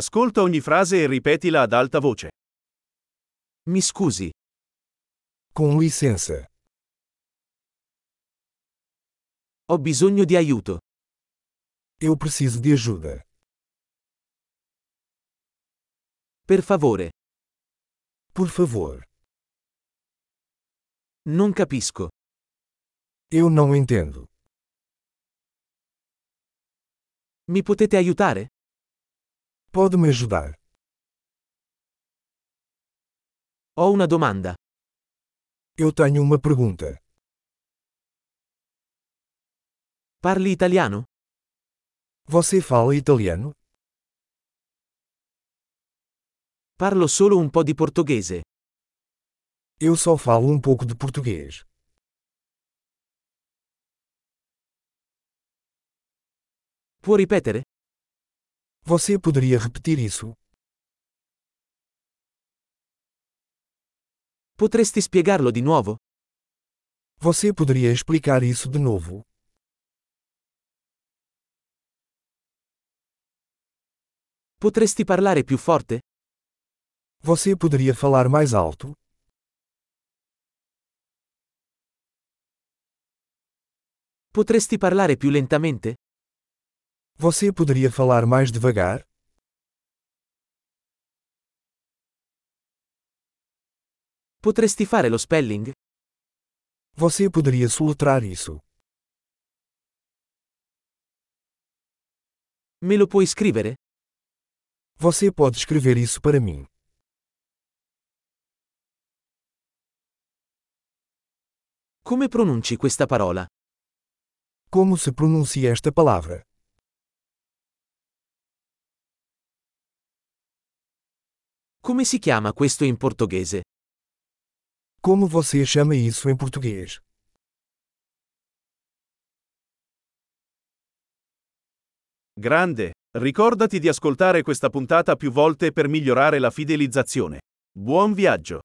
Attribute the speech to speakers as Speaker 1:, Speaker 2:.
Speaker 1: Ascolta ogni frase e ripetila ad alta voce. Mi scusi,
Speaker 2: Com licença.
Speaker 1: ho bisogno di aiuto.
Speaker 2: Eu preciso de ajuda.
Speaker 1: Per favore,
Speaker 2: Por favor.
Speaker 1: non capisco.
Speaker 2: Eu não entendo.
Speaker 1: Mi potete aiutare?
Speaker 2: Pode me ajudar?
Speaker 1: Ho una domanda.
Speaker 2: Eu tenho uma pergunta.
Speaker 1: Parli italiano?
Speaker 2: Você fala italiano?
Speaker 1: Parlo solo un po' di portoghese.
Speaker 2: Eu só falo um pouco de português.
Speaker 1: Può ripetere?
Speaker 2: Você poderia repetir isso?
Speaker 1: Potresti spiegarlo di nuovo?
Speaker 2: Você poderia explicar isso de novo?
Speaker 1: Potresti parlare più forte?
Speaker 2: Você poderia falar mais alto?
Speaker 1: Potresti parlare più lentamente?
Speaker 2: Você poderia falar mais devagar?
Speaker 1: Potresti fare lo spelling?
Speaker 2: Você poderia soletrar isso?
Speaker 1: Me lo puoi scrivere?
Speaker 2: Você pode escrever isso para mim?
Speaker 1: Come pronunci questa parola?
Speaker 2: Como se pronuncia esta palavra?
Speaker 1: Come si chiama questo in portoghese?
Speaker 2: Como você chama isso em português?
Speaker 1: Grande, ricordati di ascoltare questa puntata più volte per migliorare la fidelizzazione. Buon viaggio!